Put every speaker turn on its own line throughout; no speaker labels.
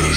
As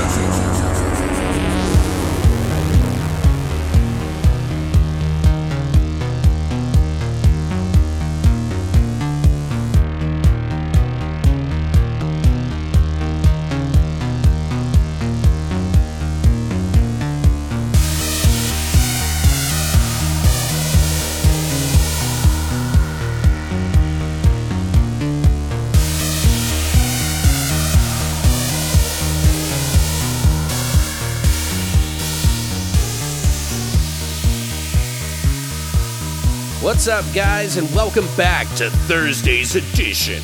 What's up, guys, and welcome back to Thursday's edition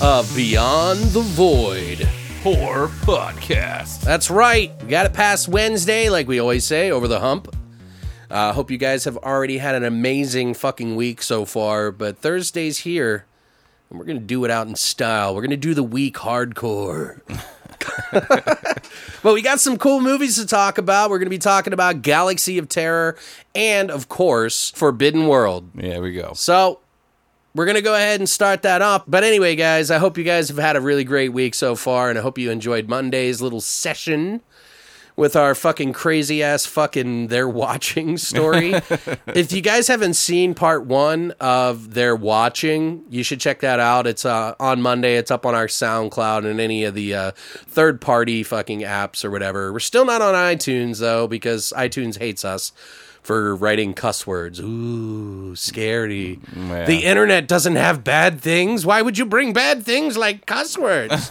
of Beyond the Void.
Horror Podcast.
That's right, we got it past Wednesday, like we always say, over the hump. uh, hope you guys have already had an amazing fucking week so far, but Thursday's here, and we're gonna do it out in style. We're gonna do the week hardcore. But we got some cool movies to talk about. We're going to be talking about Galaxy of Terror and, of course, Forbidden World.
There we go.
So we're going to go ahead and start that up. But anyway, guys, I hope you guys have had a really great week so far, and I hope you enjoyed Monday's little session with our fucking crazy ass fucking they're watching story. if you guys haven't seen part one of they're watching, you should check that out. It's uh, on Monday. It's up on our SoundCloud and any of the uh, third party fucking apps or whatever. We're still not on iTunes though because iTunes hates us for writing cuss words. Ooh, scary.
Yeah.
The internet doesn't have bad things. Why would you bring bad things like cuss words?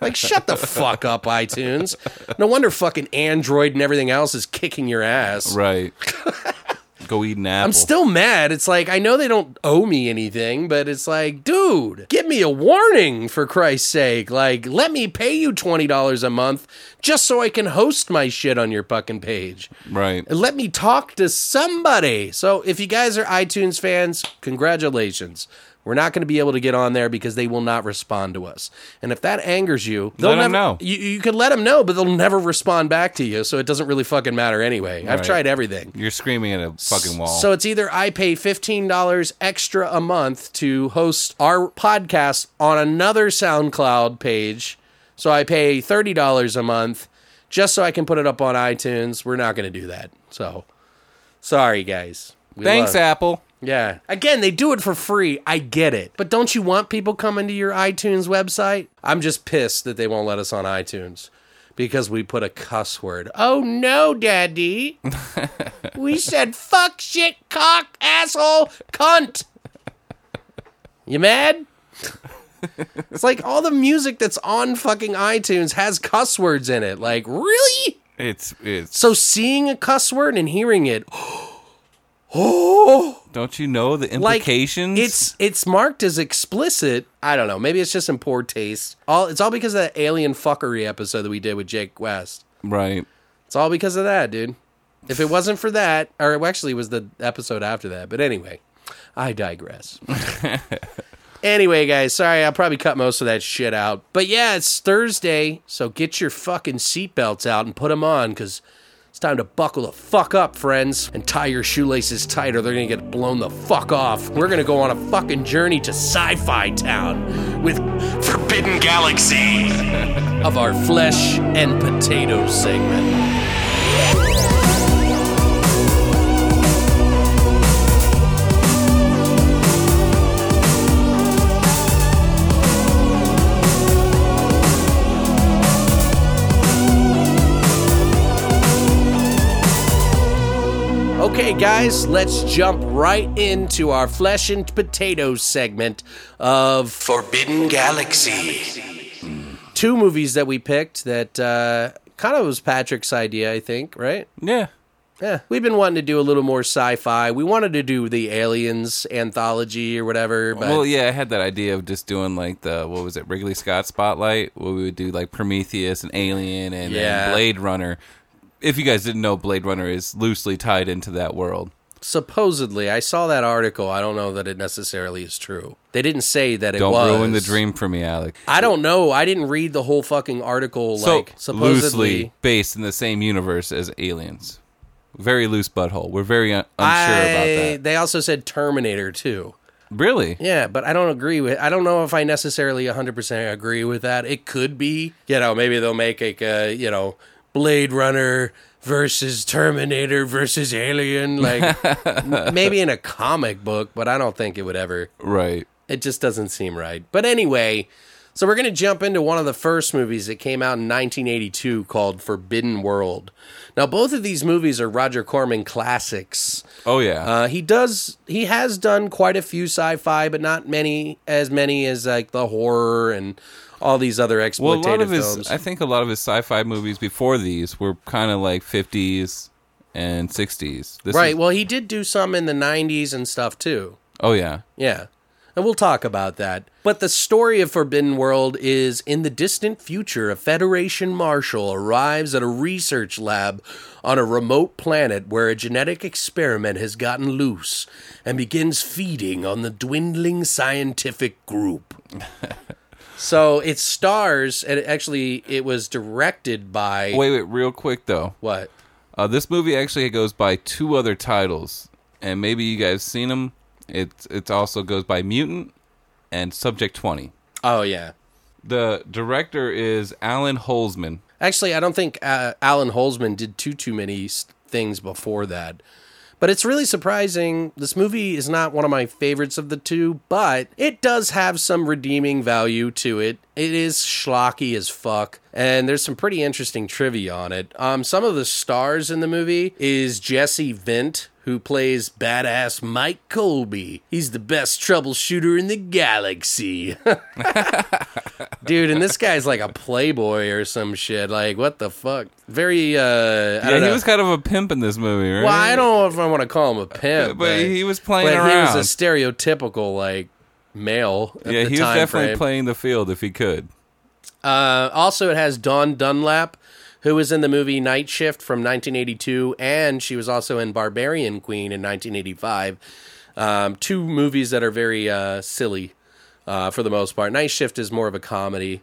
like, shut the fuck up, iTunes. No wonder fucking Android and everything else is kicking your ass.
Right. go eat an apple.
I'm still mad. It's like, I know they don't owe me anything, but it's like, dude, give me a warning for Christ's sake. Like, let me pay you $20 a month just so I can host my shit on your fucking page.
right.
And let me talk to somebody. So if you guys are iTunes fans, congratulations. We're not going to be able to get on there because they will not respond to us. And if that angers you, they'll
Let 'em
never
know.
You, you can let them know, but they'll never respond back to you. So it doesn't really fucking matter anyway. I've
Right.
tried everything.
You're screaming at a fucking wall.
So it's either I pay $15 extra a month to host our podcast on another SoundCloud page. So I pay $30 a month just so I can put it up on iTunes. We're not going to do that. So sorry, guys. We
Thanks,
love-
Apple.
Yeah. Again, they do it for free. I get it. But don't you want people coming to your iTunes website? I'm just pissed that they won't let us on iTunes because we put a cuss word. Oh no, daddy. we said fuck, shit, cock, asshole, cunt. You mad? it's like all the music that's on fucking iTunes has cuss words in it. Like, really?
It's it's.
So seeing a cuss word and hearing it, oh,
Don't you know the
like
implications?
it's it's marked as explicit. I don't know. Maybe it's just in poor taste. All it's all because of that alien fuckery episode that we did with Jake West.
right.
It's all because of that, dude. If it wasn't for that, or it actually was the episode after that. But anyway, I digress. anyway, guys, sorry, I'll probably cut most of that shit out. But yeah, it's Thursday, so get your fucking seatbelts out and put them on because it's time to buckle the fuck up, friends, and tie your shoelaces tight or they're gonna get blown the fuck off. We're gonna go on a fucking journey to sci fi town with Forbidden Galaxy of our flesh and potato segment. Okay, guys, let's jump right into our flesh and potatoes segment of Forbidden Galaxy. Two movies that we picked that uh, kind of was Patrick's idea, I think, right?
Yeah.
Yeah. We've been wanting to do a little more sci fi. We wanted to do the Aliens anthology or whatever, but
Well, yeah, I had that idea of just doing like the what was it, Wrigley Scott Spotlight, where we would do like Prometheus and Alien and, and
Yeah.
Blade Runner, if you guys didn't know, Blade Runner is loosely tied into that world.
Supposedly, I saw that article. I don't know that it necessarily is true. They didn't say that it
Don't
was.
ruin the dream for me, Alec.
I don't know. I didn't read the whole fucking article. like
so
supposedly,
loosely based in the same universe as Aliens. Very loose butthole. We're very un- unsure
I-
about that.
They also said Terminator too.
Really?
Yeah, but I don't agree with. I don't know if I necessarily 100% agree with that. It could be, you know, maybe they'll make like a, you know, Blade Runner versus Terminator versus Alien, like m- maybe in a comic book, but I don't think it would ever.
Right.
It just doesn't seem right. But anyway, so we're going to jump into one of the first movies that came out in 1982 called Forbidden World. Now, both of these movies are Roger Corman classics.
Oh yeah.
Uh, he does. He has done quite a few sci-fi, but not many as many as like the horror and all these other exploitative
well, a lot of his,
films.
I think a lot of his sci-fi movies before these were kind of like 50s and 60s. This
right.
is-
Well, he did do some in the '90s and stuff too.
oh yeah.
Yeah. And we'll talk about that. But the story of Forbidden World is in the distant future, a Federation marshal arrives at a research lab on a remote planet where a genetic experiment has gotten loose and begins feeding on the dwindling scientific group. so it stars, and actually, it was directed by.
Wait, wait, real quick though.
What?
Uh, this movie actually goes by two other titles, and maybe you guys seen them. It it also goes by Mutant and Subject Twenty.
Oh, yeah.
The director is Alan Holzman.
Actually, I don't think uh, Alan Holzman did too too many s- things before that. But it's really surprising. This movie is not one of my favorites of the two, but it does have some redeeming value to it. It is schlocky as fuck, and there's some pretty interesting trivia on it. Um, some of the stars in the movie is Jesse Vint, who plays badass Mike Colby. He's the best troubleshooter in the galaxy. dude and this guy's like a playboy or some shit like what the fuck very uh I
Yeah,
don't
he
know.
was kind of a pimp in this movie, right?
well i don't know if i want to call him a pimp
But he was playing
but he was
around.
a stereotypical like male at
Yeah,
the
he was
time
definitely
frame.
playing the field if he could.
uh also it has dawn dunlap who was in the movie night shift from 1982 and she was also in barbarian queen in 1985 um, two movies that are very uh, silly uh, for the most part night shift is more of a comedy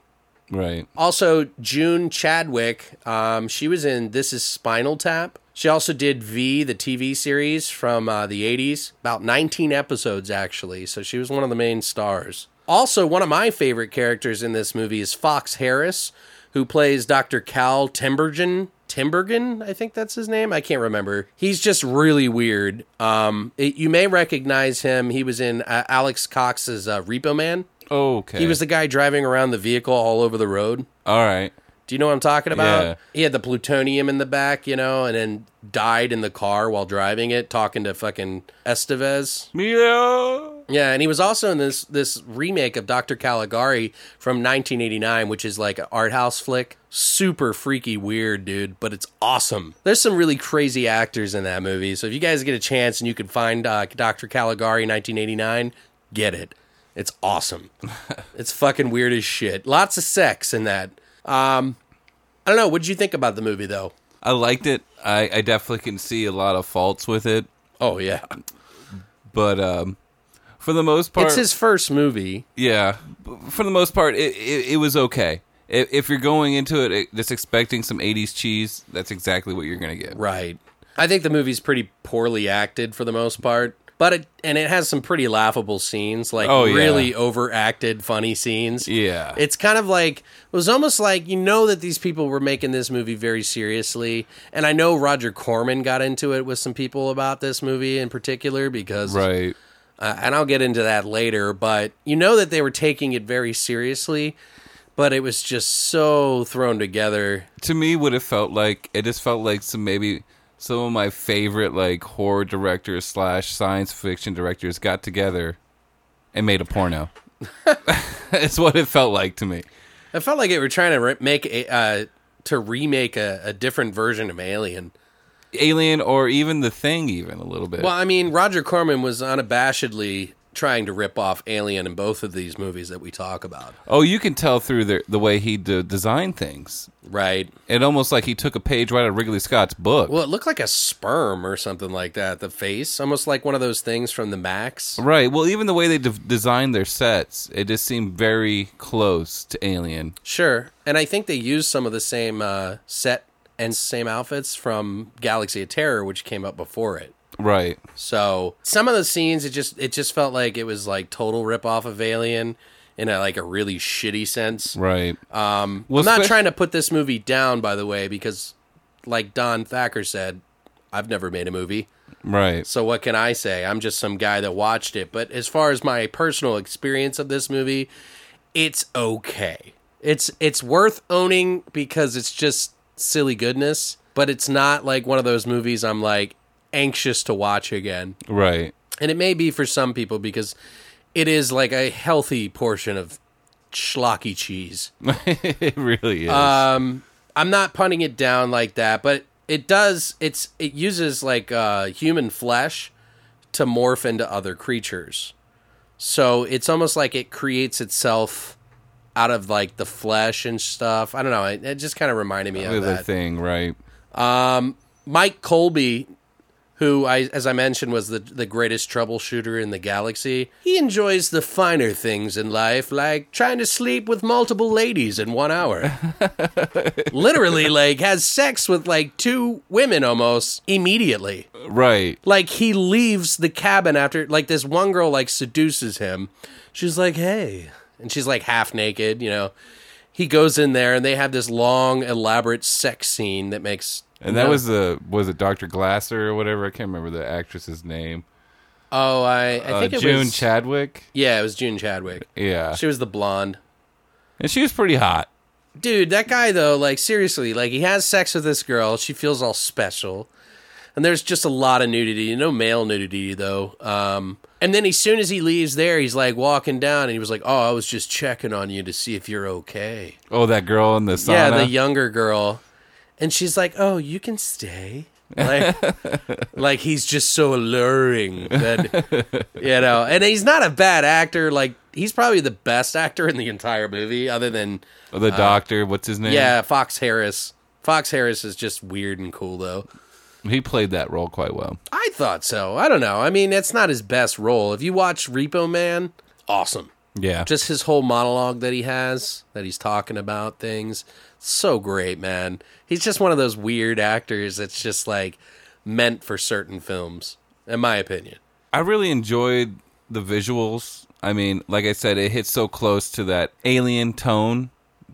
Right.
Also, June Chadwick, um, she was in This Is Spinal Tap. She also did V, the TV series from uh, the 80s, about 19 episodes actually. So she was one of the main stars. Also, one of my favorite characters in this movie is Fox Harris, who plays Dr. Cal Timbergen. Timbergen, I think that's his name. I can't remember. He's just really weird. Um, it- you may recognize him. He was in uh, Alex Cox's uh, Repo Man.
Okay.
He was the guy driving around the vehicle all over the road.
all right.
Do you know what I'm talking about?
Yeah.
He had the plutonium in the back, you know, and then died in the car while driving it, talking to fucking Estevez.
Milo.
Yeah, and he was also in this this remake of Dr. Caligari from 1989, which is like an art house flick. Super freaky weird, dude, but it's awesome. There's some really crazy actors in that movie. So if you guys get a chance and you can find uh, Dr. Caligari 1989, get it. It's awesome. it's fucking weird as shit. Lots of sex in that. Um, I don't know. What did you think about the movie, though?
I liked it. I, I definitely can see a lot of faults with it,
Oh yeah,
but um, for the most part,
it's his first movie.
Yeah, B- for the most part, it it, it was okay. If, if you're going into it eh, just expecting some '80s cheese, that's exactly what you're gonna get.
Right. I think the movie's pretty poorly acted for the most part. But it and it has some pretty laughable scenes, like
Oh, yeah.
really overacted funny scenes.
Yeah.
It's kind of like it was almost like you know that these people were making this movie very seriously. And I know Roger Corman got into it with some people about this movie in particular because
Right.
uh, and I'll get into that later, but you know that they were taking it very seriously, but it was just so thrown together.
To me, what it felt like, it just felt like some maybe some of my favorite like horror directors slash science fiction directors got together and made a porno. it's what it felt like to me.
I felt like they were trying to re- make a, uh, to remake a, a different version of Alien.
Alien or even The Thing, even a little bit.
Well, I mean, Roger Corman was unabashedly trying to rip off Alien in both of these movies that we talk about,
Oh, you can tell through the the way he d- designed things.
right?
It almost like he took a page right out of Wrigley Scott's book.
Well, it looked like a sperm or something like that. The face, almost like one of those things from the Max.
right. Well, even the way they de- designed their sets, it just seemed very close to Alien.
Sure, and I think they used some of the same uh, set and same outfits from Galaxy of Terror, which came up before it.
Right.
So some of the scenes, it just it just felt like it was like total rip off of Alien in a, like a really shitty sense.
Right.
Um,
Well,
I'm not
spe-
trying to put this movie down, by the way, because like Don Thacker said, I've never made a movie.
right.
So what can I say? I'm just some guy that watched it. But as far as my personal experience of this movie, it's okay. It's it's worth owning because it's just silly goodness, but it's not like one of those movies I'm like anxious to watch again.
Right.
And it may be for some people because it is like a healthy portion of schlocky cheese.
it really is.
Um, I'm not punting it down like that, but it does. It's it uses like uh, human flesh to morph into other creatures. So it's almost like it creates itself out of like the flesh and stuff. I don't know. It, it just kind of reminded me
the
of
other
that.
thing, right?
Mike Colby, who I as I mentioned was the the greatest troubleshooter in the galaxy, he enjoys the finer things in life, like trying to sleep with multiple ladies in one hour. Literally, like has sex with like two women almost immediately.
Right.
Like he leaves the cabin after like this one girl like seduces him. She's like, "Hey," and she's like half naked, you know. He goes in there and they have this long, elaborate sex scene that makes
And that
no-
was the was it Dr. Glasser or whatever? I can't remember the actress's name.
Oh, I, I think
uh,
it
June
was
Chadwick.
Yeah, it was June Chadwick.
Yeah.
She was the blonde.
and she was pretty hot.
Dude, that guy though, like seriously, like he has sex with this girl. She feels all special. And there's just a lot of nudity, no male nudity though. Um, and then as soon as he leaves there, he's like walking down, and he was like, "Oh, I was just checking on you to see if you're okay."
Oh, that girl in the sauna.
Yeah, the younger girl. And she's like, "Oh, you can stay." Like, like he's just so alluring that you know. And he's not a bad actor. Like he's probably the best actor in the entire movie, other than
Oh, the doctor. What's his name?
uh, yeah, Fox Harris. Fox Harris is just weird and cool though.
He played that role quite well.
I thought so. I don't know. I mean, it's not his best role. If you watch Repo Man, awesome.
Yeah.
just his whole monologue that he has that he's talking about things so great man he's just one of those weird actors that's just like meant for certain films in my opinion
I really enjoyed the visuals. I mean, like I said, it hits so close to that alien tone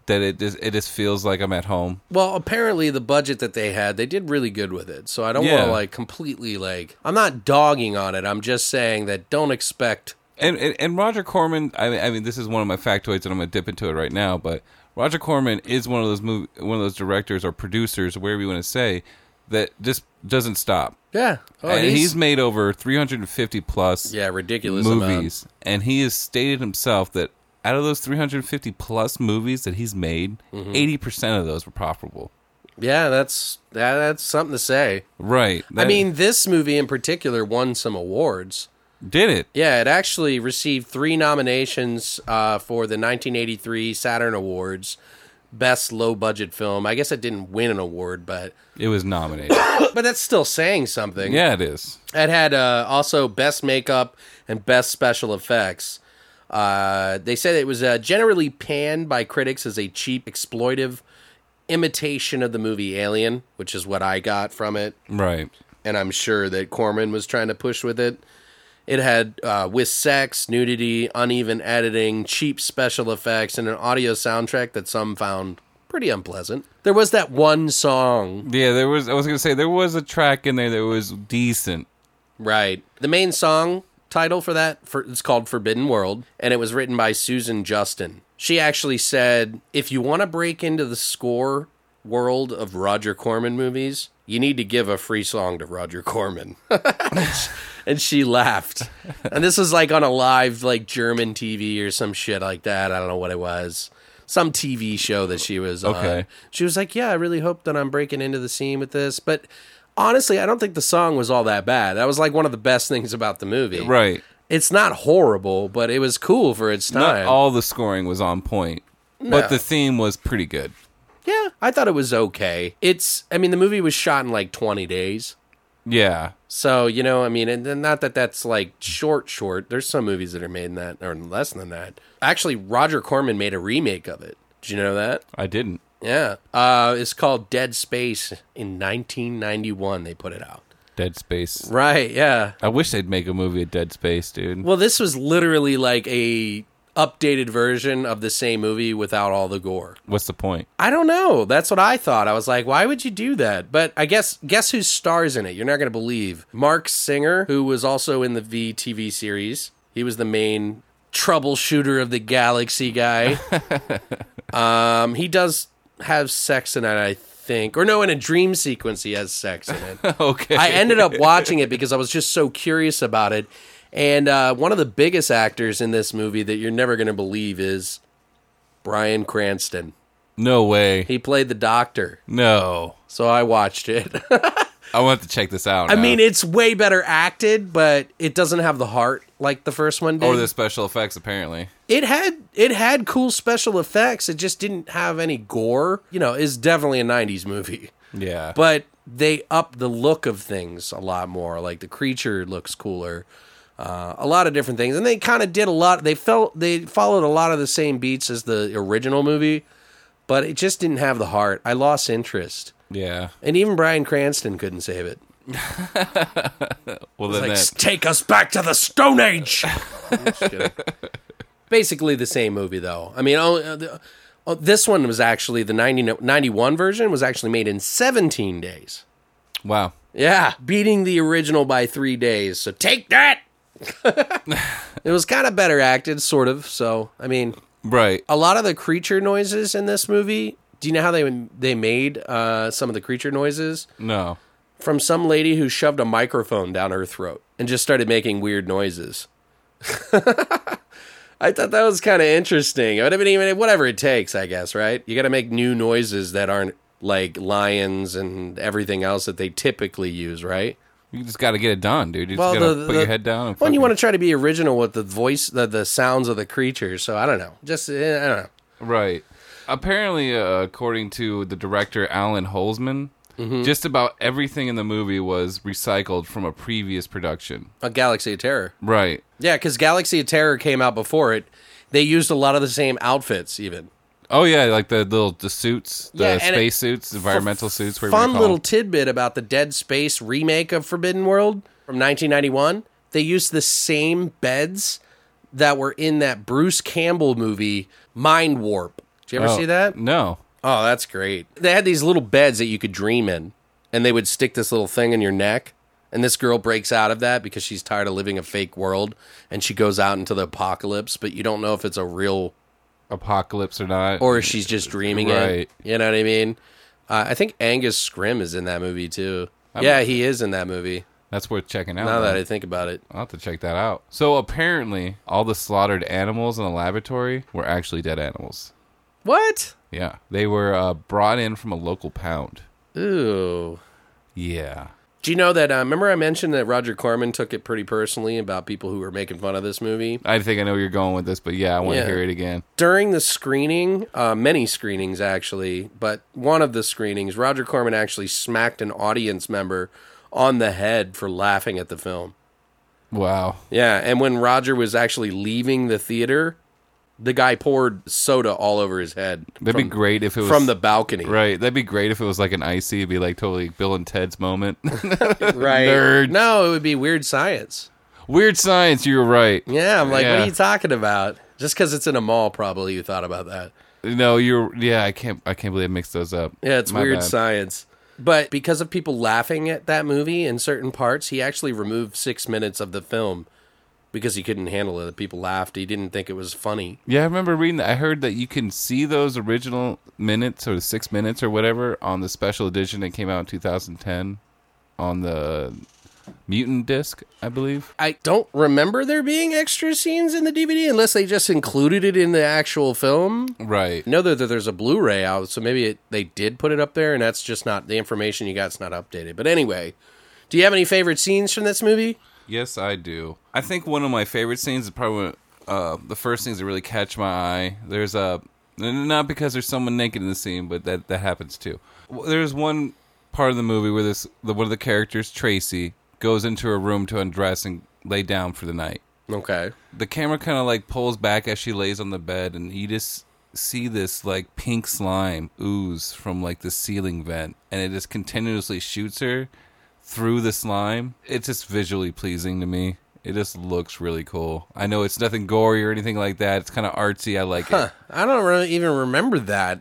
that it just it just feels like I'm at home.
well apparently the budget that they had they did really good with it so i don't want
Yeah.
to like completely like i'm not dogging on it i'm just saying that don't expect
And and, and Roger Corman, I mean, I mean, this is one of my factoids, and I'm gonna dip into it right now. But Roger Corman is one of those movie, one of those directors or producers, wherever you want to say, that just doesn't stop.
yeah oh,
and he's, made over 350 plus
yeah ridiculous amount.
movies, and he has stated himself that out of those 350 plus movies that he's made,
Mm-hmm.
80 percent of those were profitable.
yeah that's that, that's something to say
Right.
i
That-
mean this movie in particular won some awards
did it?
Yeah, it actually received three nominations uh, for the 1983 Saturn Awards Best Low Budget Film. I guess it didn't win an award, but
It was nominated.
but that's still saying something.
yeah, it is.
It had uh, also Best Makeup and Best Special Effects. Uh, they said it was uh, generally panned by critics as a cheap, exploitive imitation of the movie Alien, which is what I got from it
Right.
and I'm sure that Corman was trying to push with it. It had uh, with sex, nudity, uneven editing, cheap special effects, and an audio soundtrack that some found pretty unpleasant. There was that one song,
Yeah, there was. I was gonna say there was a track in there that was decent.
right? The main song title for that for, it's called "Forbidden World," and it was written by Susan Justin. She actually said, "If you want to break into the score world of Roger Corman movies, you need to give a free song to Roger Corman." and she laughed. And this was like on a live like German TV or some shit like that. I don't know what it was. Some TV show that she was okay.
Okay.
on. She was like, "Yeah, I really hope that I'm breaking into the scene with this." But honestly, I don't think the song was all that bad. That was like one of the best things about the movie.
Right.
It's not horrible, but it was cool for its
Not
time.
all the scoring was on point,
No.
but the theme was pretty good.
yeah, I thought it was okay. It's, I mean, the movie was shot in like 20 days.
Yeah,
So, you know, I mean, and then not that that's like short, short. There's some movies that are made in that or less than that. Actually, Roger Corman made a remake of it. Did you know that?
I didn't.
Yeah. Uh, it's called Dead Space in 1991. They put it out.
Dead Space.
Right. Yeah.
I wish they'd make a movie of Dead Space, dude.
Well, this was literally like a updated version of the same movie without all the gore.
What's the point?
I don't know. That's what I thought. I was like, why would you do that? But I guess guess who stars in it? You're not going to believe. Mark Singer, who was also in the VTV series. He was the main troubleshooter of the galaxy guy. um, he does have sex in it, I think. Or no, in a dream sequence he has sex in it.
okay.
I ended up watching it because I was just so curious about it. And uh, one of the biggest actors in this movie that you're never going to believe is Brian Cranston.
no way.
He played the doctor,
No.
so I watched it.
I want to check this out.
I mean, it's way better acted, but it doesn't have the heart like the first one did.
or the special effects apparently.
it had it had cool special effects. It just didn't have any gore. You know, it's definitely a '90s movie.
Yeah. But
but they up the look of things a lot more. Like the creature looks cooler, uh, a lot of different things, and they kind of did a lot. They felt they followed a lot of the same beats as the original movie, but it just didn't have the heart. I lost interest,
yeah.
and even Brian Cranston couldn't save it.
Well, then
Like,
that-
"S- take us back to the Stone Age. I'm just kidding. Basically the same movie, though. I mean, oh, uh, the- oh, this one was actually the 90, 91 version was actually made in 17 days.
wow.
Yeah, beating the original by three days. So take that. it was kind of better acted, sort of. So I mean,
Right.
a lot of the creature noises in this movie. Do you know how they they made uh, some of the creature noises
No.
from some lady who shoved a microphone down her throat and just started making weird noises? I thought that was kind of interesting. I mean, even whatever it takes, I guess. Right? You got to make new noises that aren't like lions and everything else that they typically use, right?
You just got to get it done, dude. You just
Well,
got to
the-
put
the-
your head down. And
Well, and you
fucking-
want to try to be original with the voice, the, the sounds of the creature. So I don't know. Just eh, I don't know.
Right. Apparently, uh, according to the director Alan Holzman,
Mm-hmm.
just about everything in the movie was recycled from a previous production.
A Galaxy of Terror.
Right.
Yeah, because Galaxy of Terror came out before it. They used a lot of the same outfits, even.
Oh yeah, like the little the suits, the
Yeah, and it-
space suits, environmental suits. Whatever you
Fun
call
little
them.
tidbit about the Dead Space remake of Forbidden World from 1991. They used the same beds that were in that Bruce Campbell movie, Mind Warp. Did you ever
Oh,
see that?
No.
Oh, that's great. They had these little beds that you could dream in, and they would stick this little thing in your neck. And this girl breaks out of that because she's tired of living a fake world and she goes out into the apocalypse, but you don't know if it's a real
Apocalypse or not?
or if she's just dreaming
Right.
it. You know what I mean? Uh, I think Angus Scrim is in that movie too. yeah, he is in that movie.
that's worth checking out.
Now that
man.
I think about it.
I'll have to check that out. So apparently, all the slaughtered animals in the laboratory were actually dead animals.
What?
Yeah, they were uh, brought in from a local pound.
Ooh.
Yeah.
Do you know that? Uh, remember, I mentioned that Roger Corman took it pretty personally about people who were making fun of this movie.
I think I know where you're going with this, but yeah, I want
Yeah.
to hear it again.
during the screening, uh, many screenings actually, but one of the screenings, Roger Corman actually smacked an audience member on the head for laughing at the film.
Wow.
Yeah, and when Roger was actually leaving the theater, the guy poured soda all over his head
That'd
from-
be great if it was
from the balcony.
right. That'd be great if it was like an icy. It'd be like totally Bill and Ted's moment.
right.
Nerd.
No, it would be weird science.
Weird science. You were right.
Yeah, I'm like, what
Yeah.
are you talking about? Just because it's in a mall, probably you thought about that.
No, you're. Yeah, I can't. I can't believe I mixed those up.
Yeah, it's
My
weird
bad.
science. But because of people laughing at that movie in certain parts, he actually removed six minutes of the film because he couldn't handle it. People laughed. He didn't think it was funny.
Yeah, I remember reading that. I heard that you can see those original minutes or the six minutes or whatever on the special edition that came out in 2010 on the mutant disc, I believe.
I don't remember there being extra scenes in the DVD unless they just included it in the actual film.
Right.
I know that that there's a Blu ray out, so maybe it, they did put it up there, and that's just not the information you got's not updated. But anyway, do you have any favorite scenes from this movie?
Yes, I do. I think one of my favorite scenes is probably one of, uh, the first things that really catch my eye. There's a not because there's someone naked in the scene, but that that happens too. Well, There's one part of the movie where this the, one of the characters Tracy goes into a room to undress and lay down for the night.
Okay.
The camera kind of like pulls back as she lays on the bed, and you just see this like pink slime ooze from like the ceiling vent, and it just continuously shoots her through the slime. It's just visually pleasing to me. It just looks really cool. I know it's nothing gory or anything like that. It's kind of artsy. I like it.
I don't really even remember that.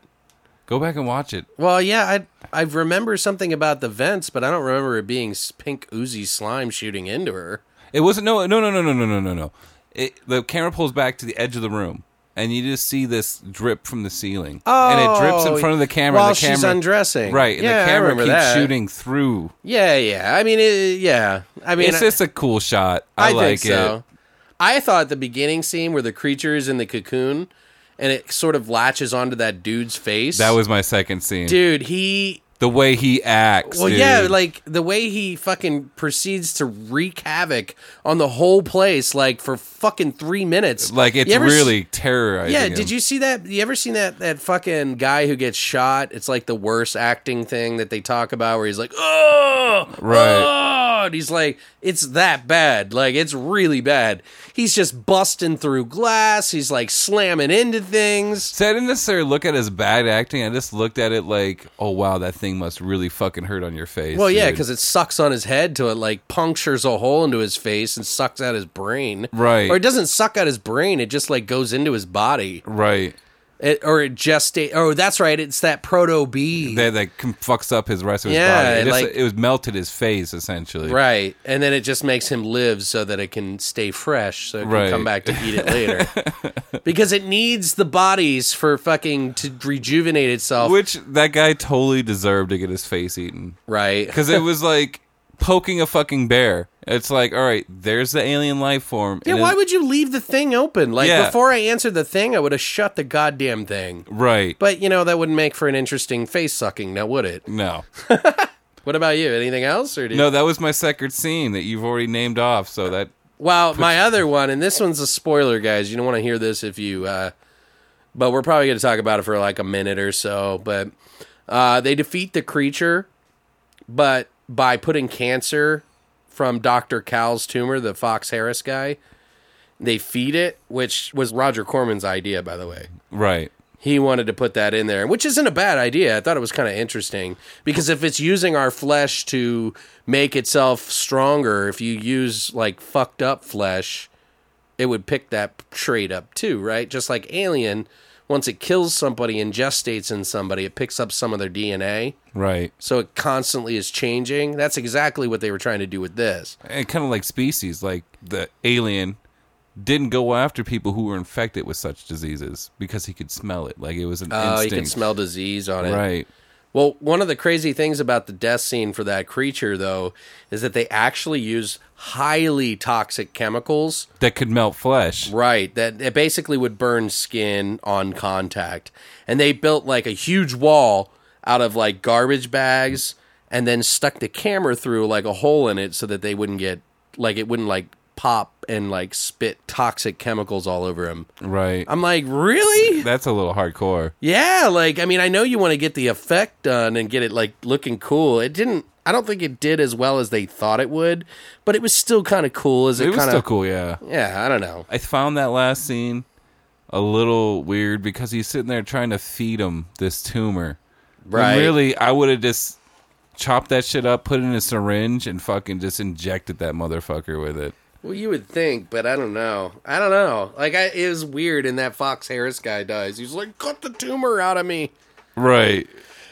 Go back and watch it.
Well, yeah, I I remember something about the vents, but I don't remember it being s- pink oozy slime shooting into her.
It wasn't no no no no no no no no no. It, the camera pulls back to the edge of the room, and you just see this drip from the ceiling, and it drips in
Oh,
front of the camera.
while
and the camera,
she's undressing.
right? And
yeah,
the
I
camera
remember
keeps
that.
shooting through.
Yeah, yeah. I mean, it, yeah. I mean,
It's just a cool shot. I, like it.
I thought the beginning scene where the creature is in the cocoon and it sort of latches onto that dude's face.
That was my second scene.
dude. He
The way he acts.
well,
dude.
yeah, like the way he fucking proceeds to wreak havoc on the whole place, like for fucking three minutes.
like it's
You ever s-
really terrorizing.
Yeah,
him.
did you see that? You ever seen that that fucking guy who gets shot? It's like the worst acting thing that they talk about, where he's like, "Oh,
Right.
oh," and he's like, "It's that bad. Like, it's really bad." He's just busting through glass. He's like slamming into things.
So I didn't necessarily look at it as bad acting. I just looked at it like, oh wow, that thing must really fucking hurt on your face.
Well, yeah,
dude.
because it sucks on his head till it like punctures a hole into his face and sucks out his brain.
Right.
Or it doesn't suck out his brain. It just like goes into his body.
right,
It, or it gestate. Oh, that's right. It's that proto bee.
that that com- fucks up his rest of his
Yeah,
body. It, just-
like-
it was melted his face essentially.
Right. And then it just makes him live so that it can stay fresh so it can
Right.
come back to eat it later. because it needs the bodies for fucking to rejuvenate itself.
Which that guy totally deserved to get his face eaten
right.
because it was like poking a fucking bear. It's like, all right, there's the alien life form.
Yeah,
and
why
it-
would you leave the thing open? Like
Yeah.
before I answered the thing, I would have shut the goddamn thing.
right?
But you know, that wouldn't make for an interesting face sucking now, would it?
No,
What about you? Anything else or do you-
no, that was my second scene that you've already named off. So that
Well, my other one, and this one's a spoiler, guys. You don't want to hear this if you, uh, but we're probably going to talk about it for like a minute or so. But uh, they defeat the creature, but by putting cancer from Dr. Cal's tumor, the Fox Harris guy, they feed it, which was Roger Corman's idea, by the way.
right,
He wanted to put that in there, which isn't a bad idea. I thought it was kind of interesting because if it's using our flesh to make itself stronger, if you use like fucked up flesh, it would pick that trait up too, right? Just like Alien, once it kills somebody, ingestates in somebody, it picks up some of their DNA.
right.
So it constantly is changing. That's exactly what they were trying to do with this.
and kind of like species, like the alien didn't go after people who were infected with such diseases because he could smell it. Like it was an
Oh, you
instinct,
can smell disease on it.
right?
Well, one of the crazy things about the death scene for that creature, though, is that they actually use highly toxic chemicals,
That could melt flesh.
right? That it basically would burn skin on contact. And they built like a huge wall out of like garbage bags and then stuck the camera through like a hole in it so that they wouldn't get like it wouldn't like pop and like spit toxic chemicals all over him.
Right.
I'm like, really?
That's a little hardcore.
Yeah, like I mean, I know you want to get the effect done and get it like looking cool. It didn't. I don't think it did as well as they thought it would, but it was still kind of cool. As it,
It was
kind
still
of
cool, yeah.
yeah, I don't know.
I found that last scene a little weird because he's sitting there trying to feed him this tumor. When
Right?
Really, I would have just chopped that shit up, put it in a syringe, and fucking just injected that motherfucker with it.
Well, you would think, but I don't know. I don't know. Like I, it was weird. And that Fox Harris guy dies. He's like, cut the tumor out of me,
Right.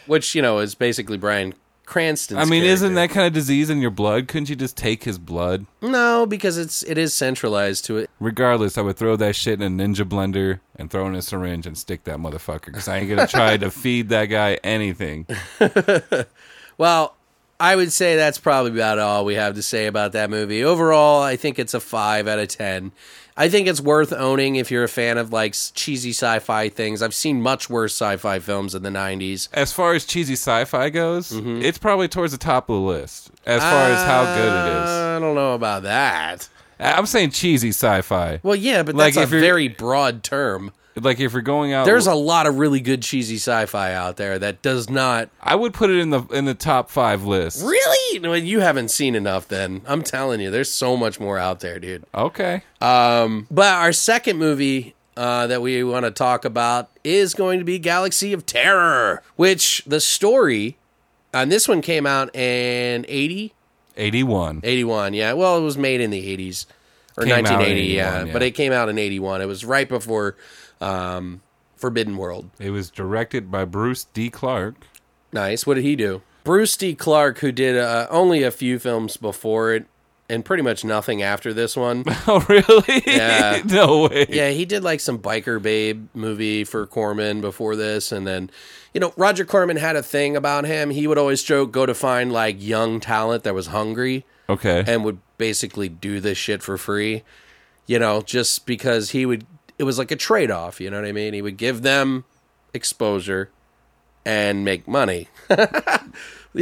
which you know is basically Brian Cranston.
I mean, isn't that kind of disease in your blood? Couldn't you just take his blood?
no? Because it's it is centralized to it.
Regardless, I would throw that shit in a ninja blender and throw in a syringe and stick that motherfucker because I ain't gonna try to feed that guy anything.
Well, I would say that's probably about all we have to say about that movie. Overall, I think it's a 5 out of 10. I think it's worth owning if you're a fan of like s- cheesy sci-fi things. I've seen much worse sci-fi films in the 90s.
As far as cheesy sci-fi goes,
Mm-hmm.
it's probably towards the top of the list as far as how good it is.
I don't know about that.
I- I'm saying cheesy sci-fi.
Well, yeah, but
Like,
that's
if
a
you're-
very broad term.
Like if you're going out,
There's a lot of really good cheesy sci-fi out there that does not
I would put it in the in the top five list.
really. No, you haven't seen enough. Then I'm telling you, there's so much more out there, dude.
Okay.
But our second movie uh, that we want to talk about is going to be Galaxy of Terror, which the story on this one came out in 80,
81.
81. Yeah. Well, it was made in the 80s or
Came out in
1980.
81,
yeah,
yeah.
But it came out in 81. It was right before um, Forbidden World.
It was directed by Bruce D. Clark.
Nice. What did he do? Bruce D. Clark, who did uh, only a few films before it and pretty much nothing after this one.
Oh, really?
Yeah.
no way.
Yeah, he did like some biker babe movie for Corman before this, and then you know Roger Corman had a thing about him. He would always joke, go to find like young talent that was hungry
Okay.
and would basically do this shit for free. You know, just because he would, it was like a trade off. You know what I mean? He would give them exposure and make money. you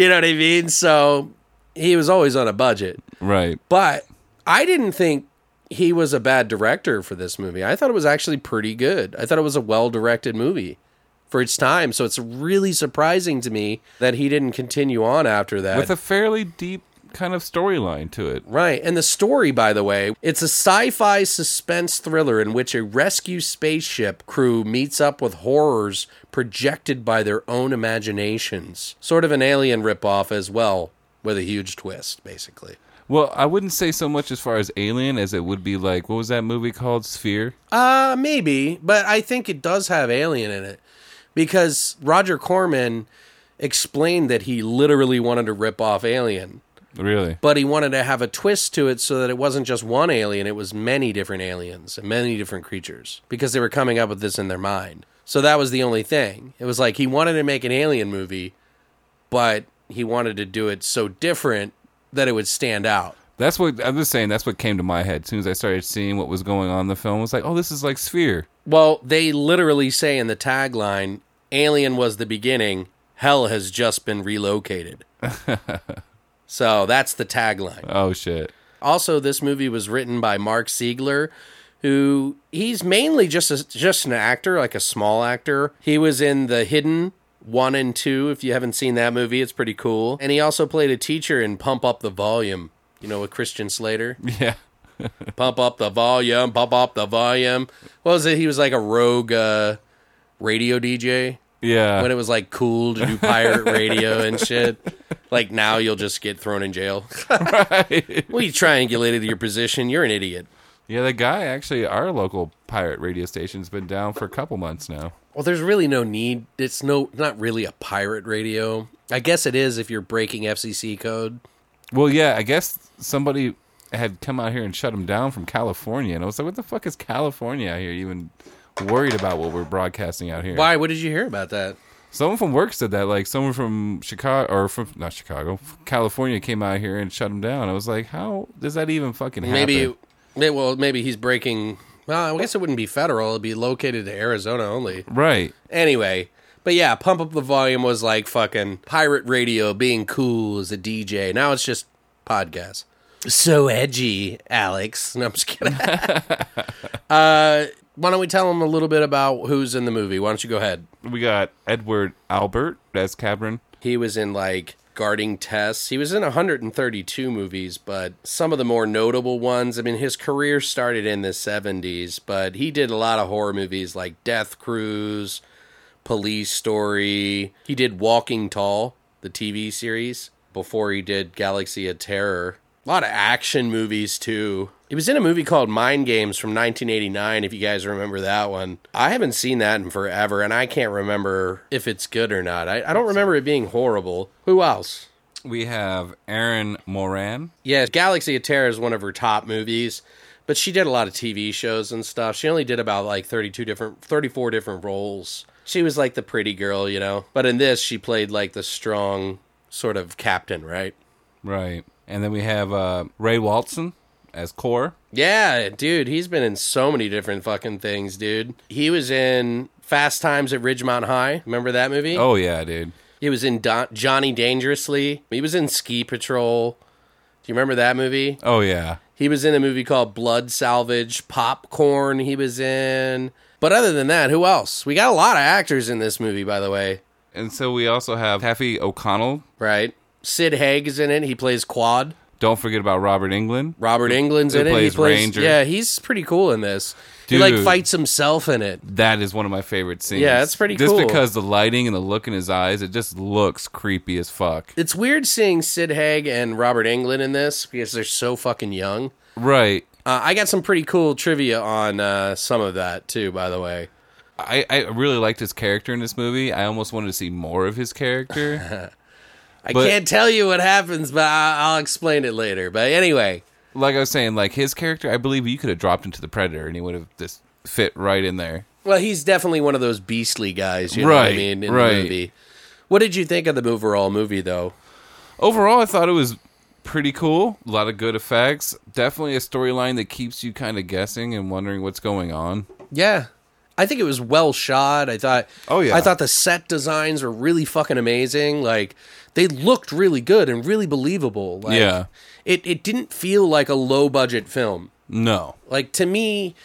know what I mean? So he was always on a budget.
right.
But I didn't think he was a bad director for this movie. I thought it was actually pretty good. I thought it was a well directed movie for its time. So it's really surprising to me that he didn't continue on after that.
With a fairly deep kind of storyline to it.
Right. And the story, by the way, it's a sci fi suspense thriller in which a rescue spaceship crew meets up with horrors projected by their own imaginations. Sort of an alien ripoff as well, with a huge twist, basically.
Well, I wouldn't say so much as far as Alien as it would be like, what was that movie called? Sphere?
Uh, maybe, but I think it does have alien in it because Roger Corman explained that he literally wanted to rip off Alien,
Really?
but he wanted to have a twist to it so that it wasn't just one alien, it was many different aliens and many different creatures because they were coming up with this in their mind. So that was the only thing. It was like he wanted to make an alien movie, but he wanted to do it so different that it would stand out.
That's what I'm just saying. That's what came to my head as soon as I started seeing what was going on in the film. I was like, oh, this is like Sphere.
Well, they literally say in the tagline, "Alien was the beginning. Hell has just been relocated." so that's the tagline.
Oh shit.
Also, this movie was written by Mark Siegler, who he's mainly just a, just an actor, like a small actor. He was in The Hidden one and two. If you haven't seen that movie, it's pretty cool. And he also played a teacher in Pump Up the Volume. You know, with Christian Slater
Yeah.
pump up the volume, pump up the volume. What was it? He was like a rogue uh, radio DJ
Yeah.
when it was like cool to do pirate radio and shit. Like now you'll just get thrown in jail. well, you triangulated your position. You're an idiot.
yeah, the guy actually our local pirate radio station's been down for a couple months now.
Well, there's really no need. It's no not really a pirate radio. I guess it is if you're breaking FCC code.
Well, yeah, I guess somebody had come out here and shut him down from California, and I was like, "What the fuck is California out here even worried about what we're broadcasting out here?"
Why? What did you hear about that?
Someone from work said that, like someone from Chicago or from not Chicago, California came out here and shut him down. I was like, "How does that even fucking happen?"
Maybe, may- well, maybe he's breaking. Well, I guess it wouldn't be federal. It'd be located to Arizona only.
right?
Anyway, but yeah, Pump Up the Volume was like fucking pirate radio being cool as a DJ. Now it's just podcasts. So edgy, Alex. No, I'm just kidding. uh, why don't we tell them a little bit about who's in the movie? Why don't you go ahead?
We got Edward Albert as Cabron.
He was in like guarding tests. He was in 132 movies, but some of the more notable ones, I mean, his career started in the 70s, but he did a lot of horror movies like Death Cruise, Police Story. He did Walking Tall, the TV series, before he did Galaxy of Terror. A lot of action movies too. He was in a movie called Mind Games from 1989 if you guys remember that one. I haven't seen that in forever and I can't remember if it's good or not. I, I don't remember it being horrible. Who else?
We have Aaron Moran.
Yeah, Galaxy of Terror is one of her top movies, but she did a lot of TV shows and stuff. She only did about like 32 different 34 different roles. She was like the pretty girl, you know. But in this she played like the strong sort of captain, right?
Right. And then we have uh, Ray Walton as Core.
Yeah, dude, he's been in so many different fucking things, dude. He was in Fast Times at Ridgemont High. Remember that movie?
Oh yeah, dude.
He was in Don- Johnny Dangerously. He was in Ski Patrol. Do you remember that movie?
Oh yeah.
He was in a movie called Blood Salvage, Popcorn. He was in. But other than that, who else? We got a lot of actors in this movie, by the way,
And so we also have Taffy O'Connell.
right? Sid Haig is in it. He plays Quad.
Don't forget about Robert England.
Robert England's
who
in it.
plays
he plays
Ranger.
Yeah, he's pretty cool in this.
Dude.
He like fights himself in it.
That is one of my favorite scenes.
Yeah, that's pretty
Just
cool.
because the lighting and the look in his eyes, it just looks creepy as fuck.
It's weird seeing Sid Haig and Robert England in this because they're so fucking young.
Right.
Uh, I got some pretty cool trivia on uh, some of that too, by the way.
I, I really liked his character in this movie. I almost wanted to see more of his character.
I
But-
can't tell you what happens, but I- I'll explain it later. But anyway,
like I was saying, like his character, I believe you could have dropped into the Predator and he would have just fit right in there.
well, he's definitely one of those beastly guys, you know what I
Right,
mean, in
right.
the movie. What did you think of the overall movie, though?
Overall, I thought it was pretty cool. A lot of good effects. Definitely a storyline that keeps you kind of guessing and wondering what's going on.
Yeah. I think it was well shot. I thought
Oh, yeah.
I thought the set designs were really fucking amazing. Like they looked really good and really believable. Like,
Yeah.
It it didn't feel like a low budget film.
No.
Like to me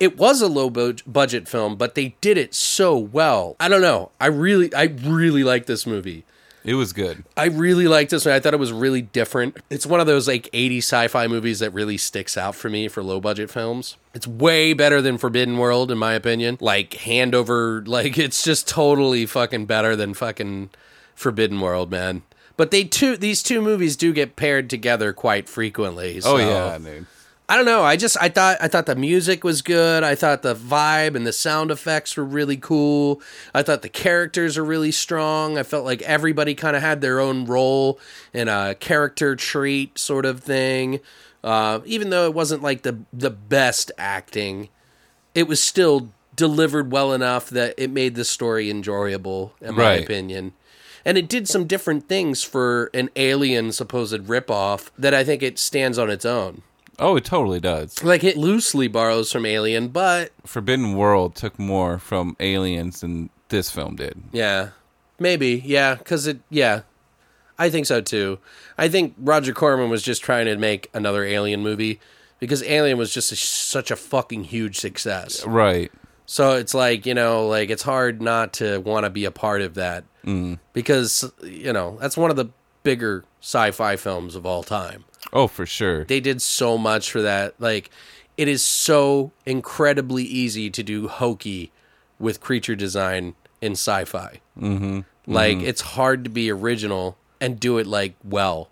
it was a low bu- budget film, but they did it so well. I don't know. I really I really like this movie.
It was good.
I really liked this one. I thought it was really different. It's one of those like 80 sci-fi movies that really sticks out for me for low budget films. It's way better than Forbidden World in my opinion. Like hand over like it's just totally fucking better than fucking Forbidden World, man. But they two these two movies do get paired together quite frequently. So
Oh yeah, dude.
I don't know. I just I thought I thought the music was good. I thought the vibe and the sound effects were really cool. I thought the characters are really strong. I felt like everybody kind of had their own role and a character trait sort of thing. Uh, even though it wasn't like the the best acting, it was still delivered well enough that it made the story enjoyable, in my
Right.
opinion. And it did some different things for an alien supposed ripoff that I think it stands on its own.
Oh, it totally does.
Like it loosely borrows from Alien, but
Forbidden World took more from Aliens than this film did.
yeah, maybe yeah, because it yeah, I think so too. I think Roger Corman was just trying to make another Alien movie because Alien was just a, such a fucking huge success.
Right.
So it's like you know, like it's hard not to want to be a part of that because you know that's one of the bigger sci-fi films of all time.
Oh, for sure.
they did so much for that. Like, it is so incredibly easy to do hokey with creature design in sci-fi. Mm-hmm. Like, it's hard to be original and do it like well.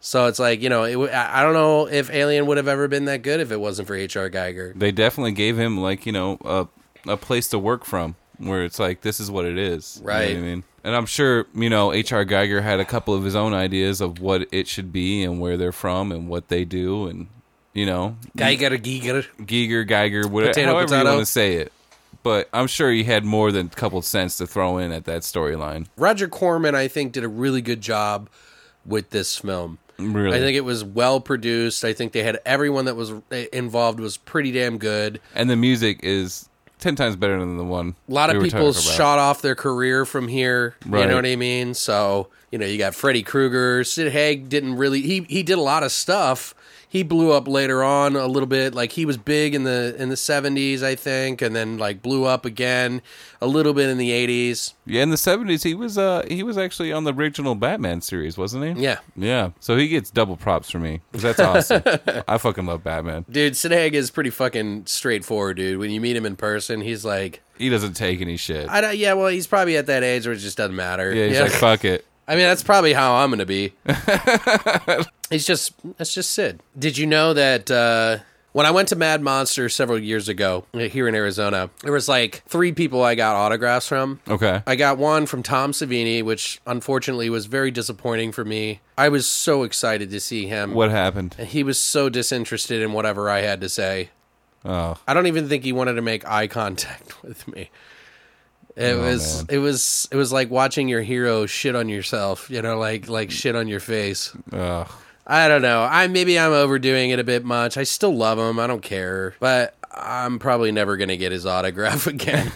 So it's like you know, it, w- I I don't know if Alien would have ever been that good if it wasn't for H.R. Geiger.
They definitely gave him like you know a a place to work from where it's like this is what it is. You know what
Right.
I mean, and I'm sure you know H.R. Geiger had a couple of his own ideas of what it should be and where they're from and what they do and you know
Geiger, Geiger.
Geiger Geiger whatever
Potato,
however
potato.
you want to say it. But I'm sure he had more than a couple cents to throw in at that storyline.
Roger Corman, I think, did a really good job with this film.
Really.
I think it was well produced. I think they had everyone that was eh, involved was pretty damn good.
and the music is ten times better than the one.
A lot of
we were
people
talking about.
shot off their career from here. You
Right.
know what I mean? So, you know, you got Freddy Krueger. Sid Haig didn't really he he did a lot of stuff. He blew up later on a little bit. Like he was big in the in the seventies, I think, and then like blew up again a little bit in the eighties.
Yeah, in the seventies, he was uh he was actually on the original Batman series, wasn't he?
Yeah.
yeah. So he gets double props for me 'cause that's awesome. I fucking love Batman.
Dude, Sid Haig is pretty fucking straightforward, dude. When you meet him in person, he's like,
He doesn't take any shit.
I don't, yeah, well, he's probably at that age where it just doesn't matter.
yeah, he's
You know?
like fuck it.
I mean, that's probably how I'm going to be. it's just that's just Sid. Did you know that uh, when I went to Mad Monster several years ago uh, here in Arizona, there was like three people I got autographs from.
Okay.
I got one from Tom Savini, which unfortunately was very disappointing for me. I was so excited to see him.
what happened?
He was so disinterested in whatever I had to say.
Oh,
I don't even think he wanted to make eye contact with me.
Oh,
It was it was it was like watching your hero shit on yourself, you know, like like shit on your face.
Ugh.
I don't know. I maybe I'm overdoing it a bit much. I still love him. I don't care, but I'm probably never gonna get his autograph again.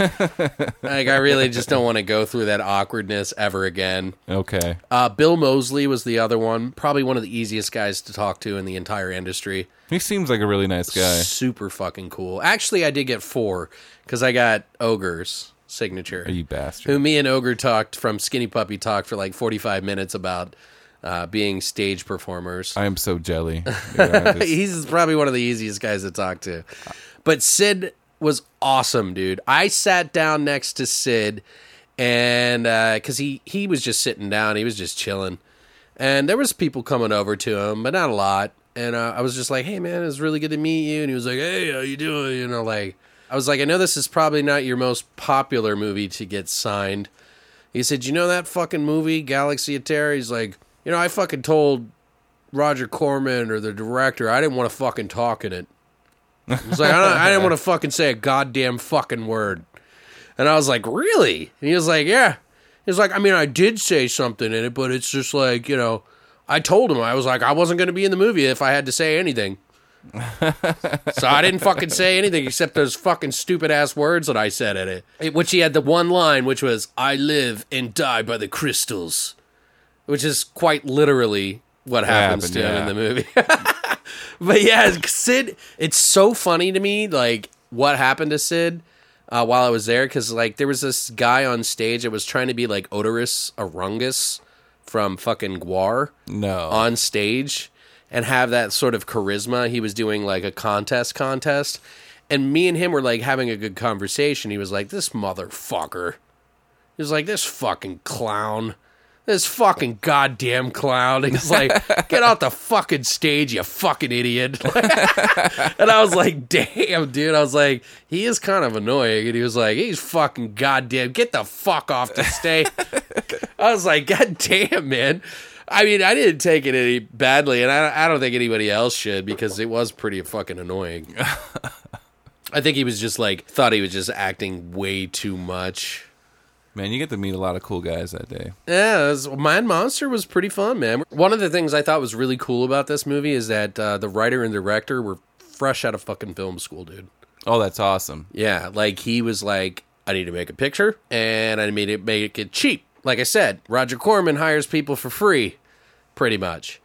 like I really just don't want to go through that awkwardness ever again.
Okay.
Uh, Bill Mosley was the other one, probably one of the easiest guys to talk to in the entire industry.
He seems like a really nice guy.
Super fucking cool. Actually, I did get four because I got Ogre's signature
You
who
bastard.
me and Ogre talked from Skinny Puppy talked for like 45 minutes about uh, being stage performers.
I am so jelly. Yeah, I just-
He's probably one of the easiest guys to talk to. But Sid was awesome, dude. I sat down next to Sid and because he he was just sitting down, he was just chilling, and there was people coming over to him, but not a lot. And uh, I was just like, "Hey, man, it's really good to meet you." And he was like, "Hey, how you doing?" You know, like I was like, "I know this is probably not your most popular movie to get signed." He said, "You know that fucking movie, Galaxy of Terror?" He's like, "You know, I fucking told Roger Corman or the director, I didn't want to fucking talk in it. I was like, I, don't, I didn't want to fucking say a goddamn fucking word. And I was like, really? And he was like, yeah. He was like, I mean, I did say something in it, but it's just like, you know, I told him I was like, I wasn't going to be in the movie if I had to say anything. so I didn't fucking say anything except those fucking stupid ass words that I said in it. it. Which he had the one line, which was, I live and die by the crystals which is quite literally what happens
happened,
to him
yeah.
in the movie. but yeah, Sid, it's so funny to me, like what happened to Sid uh, while I was there, because like there was this guy on stage that was trying to be like Odorous Arungus from fucking Guar
no.
on stage and have that sort of charisma. He was doing like a contest contest. And me and him were like having a good conversation. He was like, This motherfucker. He was like, This fucking clown. This fucking goddamn clown. He's like, Get off the fucking stage, you fucking idiot. and I was like, Damn, dude. I was like, He is kind of annoying. And he was like, He's fucking goddamn. Get the fuck off the stage. I was like, God damn, man. I mean, I didn't take it any badly, and I, I don't think anybody else should because it was pretty fucking annoying. I think he was just like, thought he was just acting way too much.
Man, you get to meet a lot of cool guys that day.
Yeah, it was, Mind Monster was pretty fun, man. One of the things I thought was really cool about this movie is that uh, the writer and director were fresh out of fucking film school, dude.
Oh, that's awesome.
Yeah, like he was like, I need to make a picture and I need to make it cheap. Like I said, Roger Corman hires people for free, pretty much.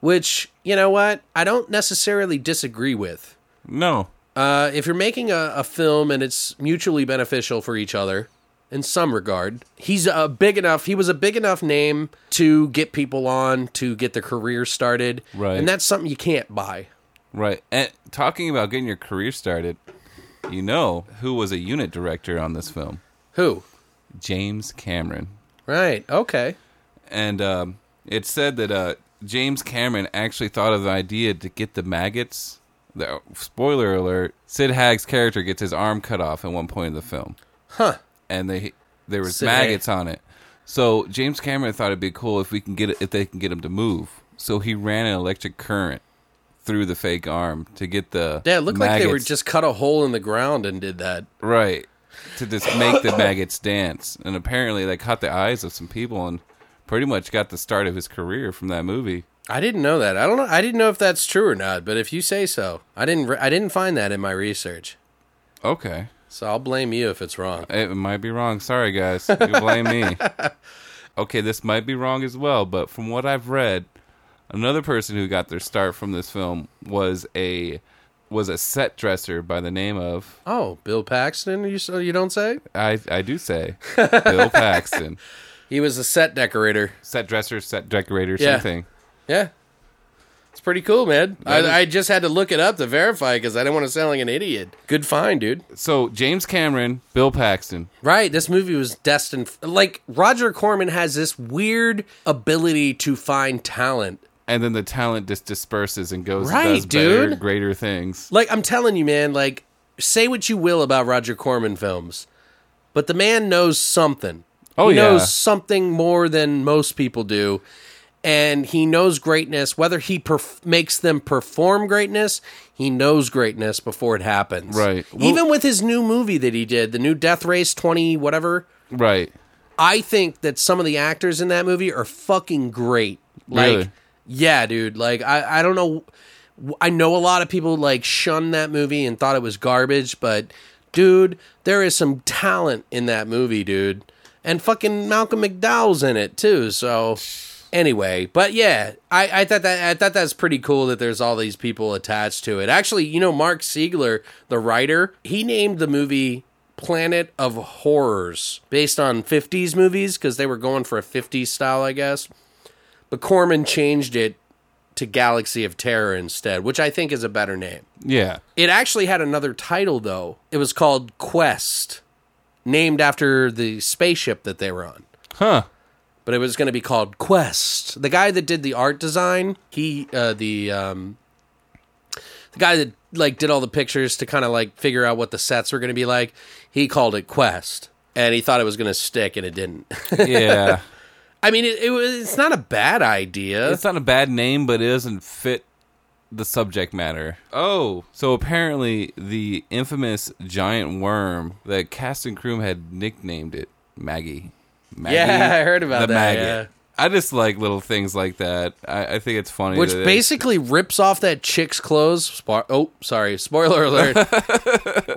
Which, you know what? I don't necessarily disagree with.
No.
Uh, if you're making a, a film and it's mutually beneficial for each other in some regard, he's a big enough. He was a big enough name to get people on, to get their career started,
Right.
And that's something you can't buy.
Right. And talking about getting your career started, you know who was a unit director on this film?
Who?
James Cameron.
Right? Okay.
And um, it said that uh, James Cameron actually thought of the idea to get the maggots. The, spoiler alert: Sid Haig's character gets his arm cut off at one point in the film.
Huh.
and they there was
Sick.
maggots on it. So James Cameron thought it'd be cool if we can get it, if they can get him to move. So he ran an electric current through the fake arm to get the
Yeah, it looked like they were
maggots-
just cut a hole in the ground and did that.
right to just make the maggots dance. And apparently, they caught the eyes of some people and pretty much got the start of his career from that movie.
I didn't know that. I don't know. I didn't know if that's true or not. But if you say so, I didn't. Re- I didn't find that in my research.
Okay,
So I'll blame you if it's wrong.
it might be wrong. Sorry, guys, you blame me. Okay, this might be wrong as well, but from what I've read, another person who got their start from this film was a was a set dresser by the name of
Oh, Bill Paxton. You so you don't say?
I I do say Bill Paxton,
He was a set decorator.
set dresser, set decorator,
Yeah.
same thing.
Yeah. It's pretty cool, man. I,
is-
I just had to look it up to verify because I didn't want to sound like an idiot. Good find, dude.
So James Cameron, Bill Paxton,
Right. This movie was destined. f- Like, Roger Corman has this weird ability to find talent.
and then the talent just disperses and goes
Right,
and does better,
dude.
greater things.
Like, I'm telling you, man, like, say what you will about Roger Corman films, but the man knows something.
Oh,
he
yeah.
knows something more than most people do. And he knows greatness. Whether he perf- makes them perform greatness, he knows greatness before it happens.
Right. Well-
Even with his new movie that he did, the new Death Race 20, whatever,
Right.
I think that some of the actors in that movie are fucking great. Like,
Really?
yeah, dude. Like, I, I don't know. I know a lot of people like shunned that movie and thought it was garbage, but dude, there is some talent in that movie, dude. And fucking Malcolm McDowell's in it too. So anyway, but yeah, I, I thought that I thought that's pretty cool that there's all these people attached to it. Actually, you know, Mark Siegler, the writer, he named the movie Planet of Horrors based on 50s movies because they were going for a 50s style, I guess. But Corman changed it to Galaxy of Terror instead, which I think is a better name.
Yeah.
It actually had another title though. It was called Quest, named after the spaceship that they were on.
Huh.
But it was going to be called Quest. The guy that did the art design, he uh, the um, the guy that like did all the pictures to kind of like figure out what the sets were going to be like, he called it Quest, and he thought it was going to stick, and it didn't.
Yeah.
I mean, it, it was it's not a bad idea.
it's not a bad name, but it doesn't fit the subject matter. Oh, so apparently the infamous giant worm that cast and crew had nicknamed it Maggie. Maggie
Yeah, I heard about that,
the maggot.
yeah.
I just like little things like that. I, I think it's funny.
Which
that it-
basically rips off that chick's clothes. Spo- oh, sorry, spoiler alert.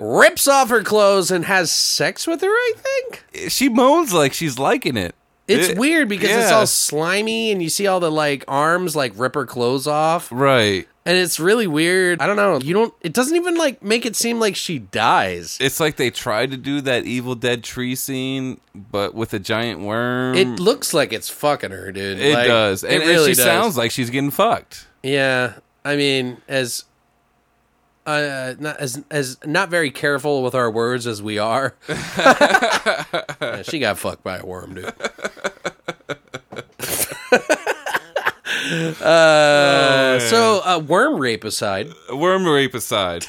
rips off her clothes and has sex with her. I think
she moans like she's liking it.
it's
It-
weird because it's
yeah.
all slimy and you see all the like arms like rip her clothes off,
right.
and it's really weird. I don't know. You don't. It doesn't even like make it seem like she dies.
It's like they tried to do that Evil Dead tree scene, but with a giant worm.
It looks like it's fucking her, dude.
Mm. It
Like,
does, and,
it
and
really
she
does.
sounds like she's getting fucked.
Yeah, I mean, as uh, not as as not very careful with our words as we are. Yeah, she got fucked by a worm, dude. uh,
Oh,
so, uh, worm rape aside, do
Worm rape aside.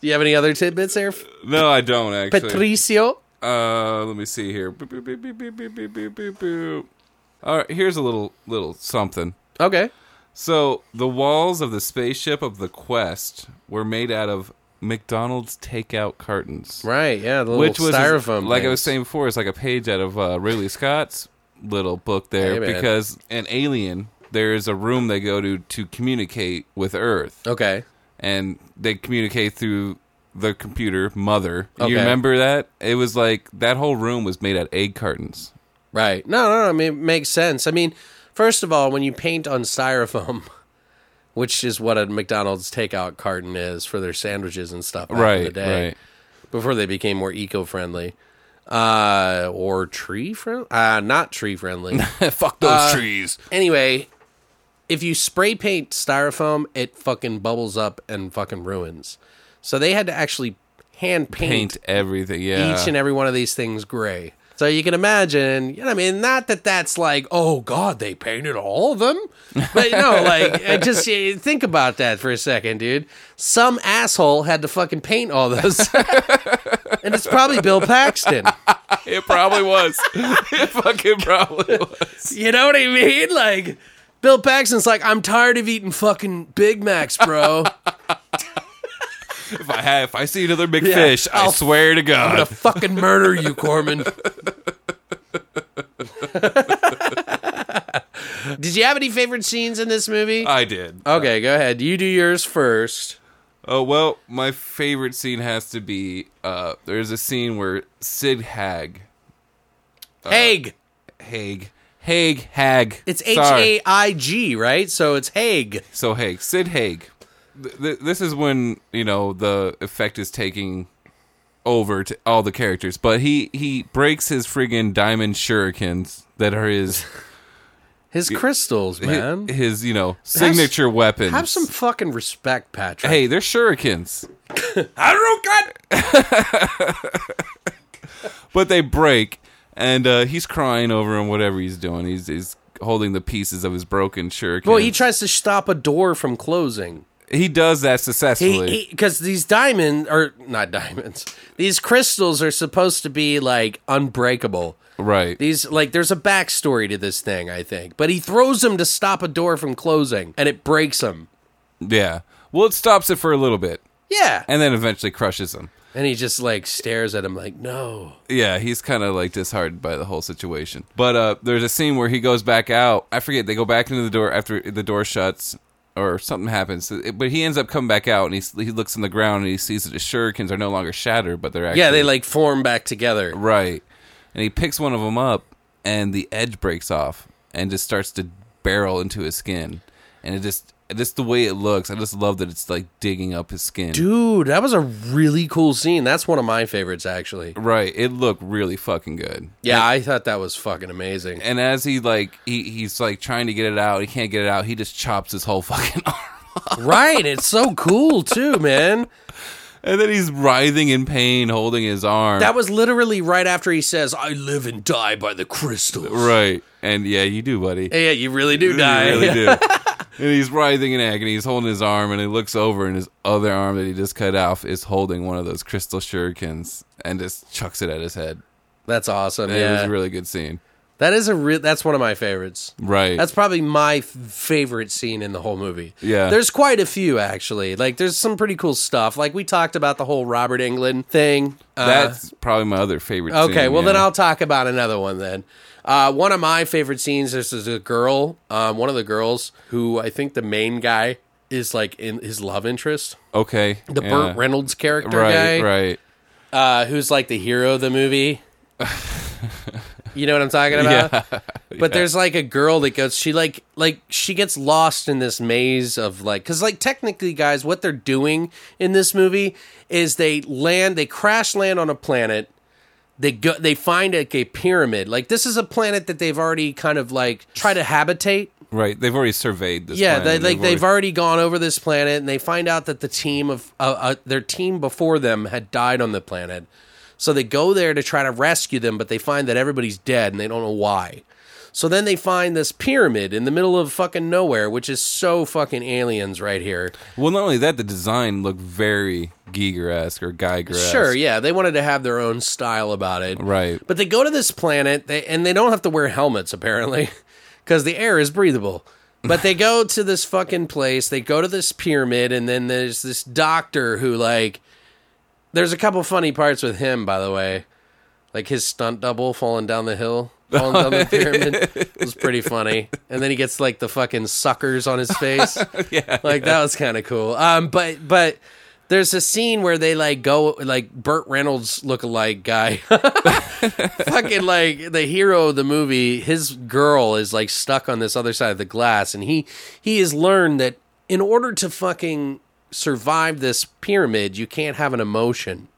you have any other tidbits there,
No, I don't actually.
Patricio?
Uh, let me see here. Boop, boop, boop, boop, boop, boop, boop, boop, boop. All right, here's a little little something.
Okay,
So the walls of the spaceship of the Quest were made out of McDonald's takeout cartons,
right, yeah, the little
which was
styrofoam.
like I
things.
was saying before, it's like a page out of uh, Ridley Scott's little book there
Hey, man.
because an alien. There is a room they go to to communicate with Earth.
Okay,
and they communicate through the computer mother.
Okay.
You remember that? It was like that whole room was made out of egg cartons.
Right. No, no, no. I mean, it makes sense. I mean, first of all, when you paint on styrofoam, which is what a McDonald's takeout carton is for their sandwiches and stuff back in the
right,
day,
right.
before they became more eco-friendly uh, or tree-friendly, uh, not tree-friendly.
Fuck those trees.
anyway, if you spray paint styrofoam, it fucking bubbles up and fucking ruins. So they had to actually hand paint
Paint everything. Yeah.
each and every one of these things gray. So you can imagine, you know, I mean, not that that's like, oh God, they painted all of them, but no, like, I just eh, think about that for a second, dude. Some asshole had to fucking paint all those, and it's probably Bill Paxton.
it probably was. it fucking probably was.
You know what I mean? Like, Bill Paxton's like, I'm tired of eating fucking Big Macs, bro.
If I have, if I see another big fish, I
I'll-
swear to God.
I'm gonna fucking murder you, Corman. Did you have any favorite scenes in this movie?
I did.
Uh, Okay, go ahead. You do yours first.
Oh well, my favorite scene has to be uh there's a scene where Sid Hag
Uh, Haig.
Haig Haig Hag
It's H
Sorry.
A I G, right? So it's Haig.
So Haig, Sid Haig. Th- th- this is when you know the effect is taking over to all the characters, but he he breaks his friggin' diamond shurikens that are his
His crystals,
hi-
man.
his, you know signature weapons.
Have some fucking respect, Patrick.
Hey, they're shurikens,
Harukan!
but they break, and uh, he's crying over him. Whatever he's doing, he's he's holding the pieces of his broken shuriken.
Well, he tries to stop a door from closing.
he does that successfully.
Because these diamonds, or not diamonds, these crystals are supposed to be like unbreakable.
right.
These like there's a backstory to this thing, I think. But he throws him to stop a door from closing and it breaks him.
yeah. Well, it stops it for a little bit,
Yeah.
and then eventually crushes him.
And he just like stares at him like, no.
Yeah, he's kind of like disheartened by the whole situation. But uh, there's a scene where he goes back out. I forget. They go back into the door after the door shuts or something happens. But he ends up coming back out and he, he looks on the ground and he sees that his shurikens are no longer shattered, but they're actually.
Yeah, they like form back together.
Right. And he picks one of them up and the edge breaks off and just starts to barrel into his skin. And it just. Just the way it looks, I just love that it's like digging up his skin.
Dude, that was a really cool scene. That's one of my favorites, actually.
Right, it looked really fucking good.
Yeah, I thought that was fucking amazing.
and as he like he, he's like trying to get it out, he can't get it out. He just chops his whole fucking arm,
right, it's so cool too, man.
and then he's writhing in pain, holding his arm.
That was literally right after he says, "I live and die by the crystals."
right, and yeah, you do, buddy.
Yeah, you really do die.
You really do. and he's writhing in agony. He's holding his arm, and he looks over, and his other arm that he just cut off is holding one of those crystal shurikens, and just chucks it at his head.
That's awesome.
And It was
yeah,
a really good scene.
that is a re- that's one of my favorites.
Right.
That's probably my f- favorite scene in the whole movie.
Yeah.
There's quite a few actually. Like there's some pretty cool stuff. Like we talked about the whole Robert England thing. Uh,
that's probably my other favorite.
okay,
scene,
well
yeah.
then I'll talk about another one then. Uh, one of my favorite scenes is there's a girl, um, one of the girls who I think the main guy is like in his love interest,
Okay.
the
yeah.
Burt Reynolds character
Right.
guy,
Right.
uh, who's like the hero of the movie. you know what I'm talking about?
Yeah.
But there's like a girl that goes. She like like she gets lost in this maze of like because like technically, guys, what they're doing in this movie is they land, they crash land on a planet. They go, they find like a pyramid. Like this is a planet that they've already kind of like try to habitate.
Right. They've already surveyed this.
Yeah,
planet.
they, like
already-
they've already gone over this planet, and they find out that the team of uh, uh, their team before them had died on the planet. So they go there to try to rescue them, but they find that everybody's dead, and they don't know why. So then they find this pyramid in the middle of fucking nowhere, which is so fucking aliens right here.
Well, not only that, the design looked very Giger esque or Geiger esque.
Sure, yeah, they wanted to have their own style about it,
Right.
But they go to this planet, they, and they don't have to wear helmets apparently, because the air is breathable. But they go to this fucking place. They go to this pyramid, and then there's this doctor who like. There's a couple funny parts with him, by the way, like his stunt double falling down the hill, falling down the pyramid was pretty funny. And then he gets like the fucking suckers on his face.
Yeah.
like that was kind of cool. Um, but but there's a scene where they like go like Burt Reynolds lookalike guy, fucking like the hero of the movie. His girl is like stuck on this other side of the glass, and he he has learned that in order to fucking survive this pyramid, you can't have an emotion,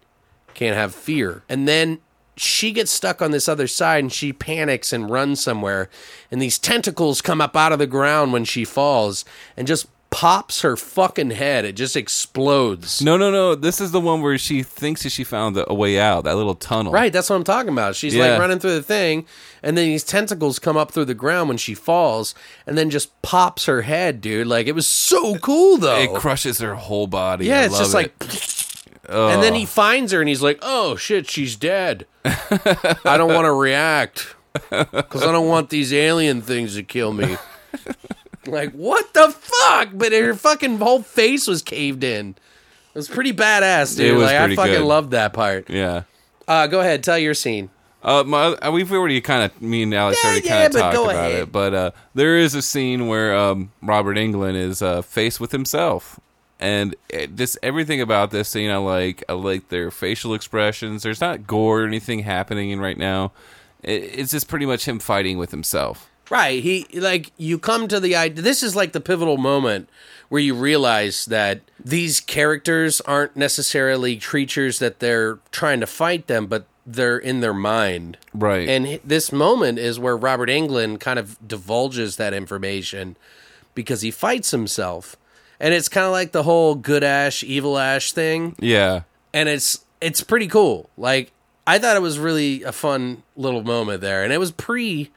can't have fear, and then. She gets stuck on this other side and she panics and runs somewhere. And these tentacles come up out of the ground when she falls and just pops her fucking head. It just explodes.
No, no, no. This is the one where she thinks that she found the, a way out, that little tunnel.
Right, that's what I'm talking about. She's
Yeah.
like running through the thing, and then these tentacles come up through the ground when she falls, and then just pops her head, dude. Like it was so cool though.
It crushes her whole body.
Oh. yeah,
I
it's just
love
like,
it.
and then he finds her, and he's like, "Oh shit, she's dead. I don't want to react because I don't want these alien things to kill me." like what the fuck? But her fucking whole face was caved in. It was pretty badass, dude.
It was
like
pretty
I fucking
good.
loved that part.
Yeah.
Uh, go ahead, tell your scene.
Uh, my, uh, we've already kind of me and Alex
Yeah,
already
yeah,
kind of
but
talked
go
about
ahead.
it, but uh, there is a scene where um, Robert England is uh, faced with himself, and it, just everything about this scene I like. I like their facial expressions. There's not gore or anything happening right now. It, it's just pretty much him fighting with himself.
Right. He like you come to the idea. This is like the pivotal moment where you realize that these characters aren't necessarily creatures that they're trying to fight them, but they're in their mind.
Right.
And h- this moment is where Robert England kind of divulges that information because he fights himself. And it's kind of like the whole good ash, evil ash thing
yeah.
and it's it's pretty cool. Like I thought it was really a fun little moment there, and it was pre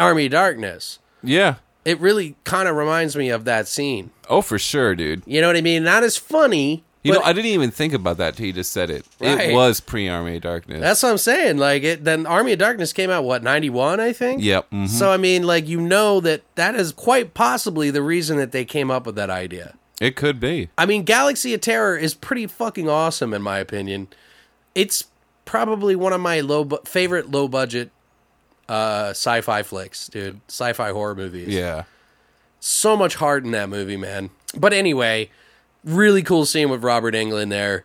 Army of Darkness.
Yeah.
It really kind of reminds me of that scene.
Oh, for sure, dude.
You know what I mean? Not as funny.
You
but
know, I didn't even think about that till you just said it.
Right.
It was pre Army Darkness.
that's what I'm saying. Like it, then Army of Darkness came out what ninety one, I think.
Yep, mhm.
So I mean, like you know that that is quite possibly the reason that they came up with that idea.
it could be.
I mean, Galaxy of Terror is pretty fucking awesome in my opinion. it's probably one of my low bu- favorite low budget uh, sci-fi flicks, dude. Sci-fi horror movies.
Yeah.
So much heart in that movie, man. But anyway, really cool scene with Robert Englund there.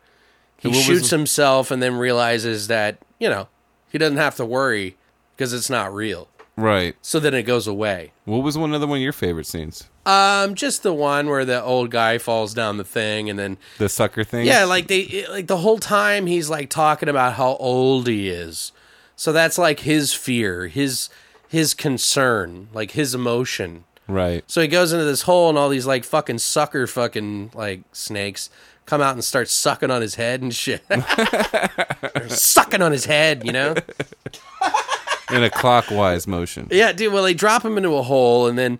He
What was
shoots
the-
himself and then realizes that you know he doesn't have to worry because it's not real.
Right.
So then it goes away.
What was one other one of your favorite scenes?
Um, just the one where the old guy falls down the thing and then
The sucker thing.
Yeah, like they it- like the whole time he's like talking about how old he is. So that's like his fear, his his concern, like his emotion.
right.
So he goes into this hole and all these like fucking sucker fucking like snakes come out and start sucking on his head and shit. sucking on his head, you know?
In a clockwise motion.
Yeah, dude. Well, they drop him into a hole, and then,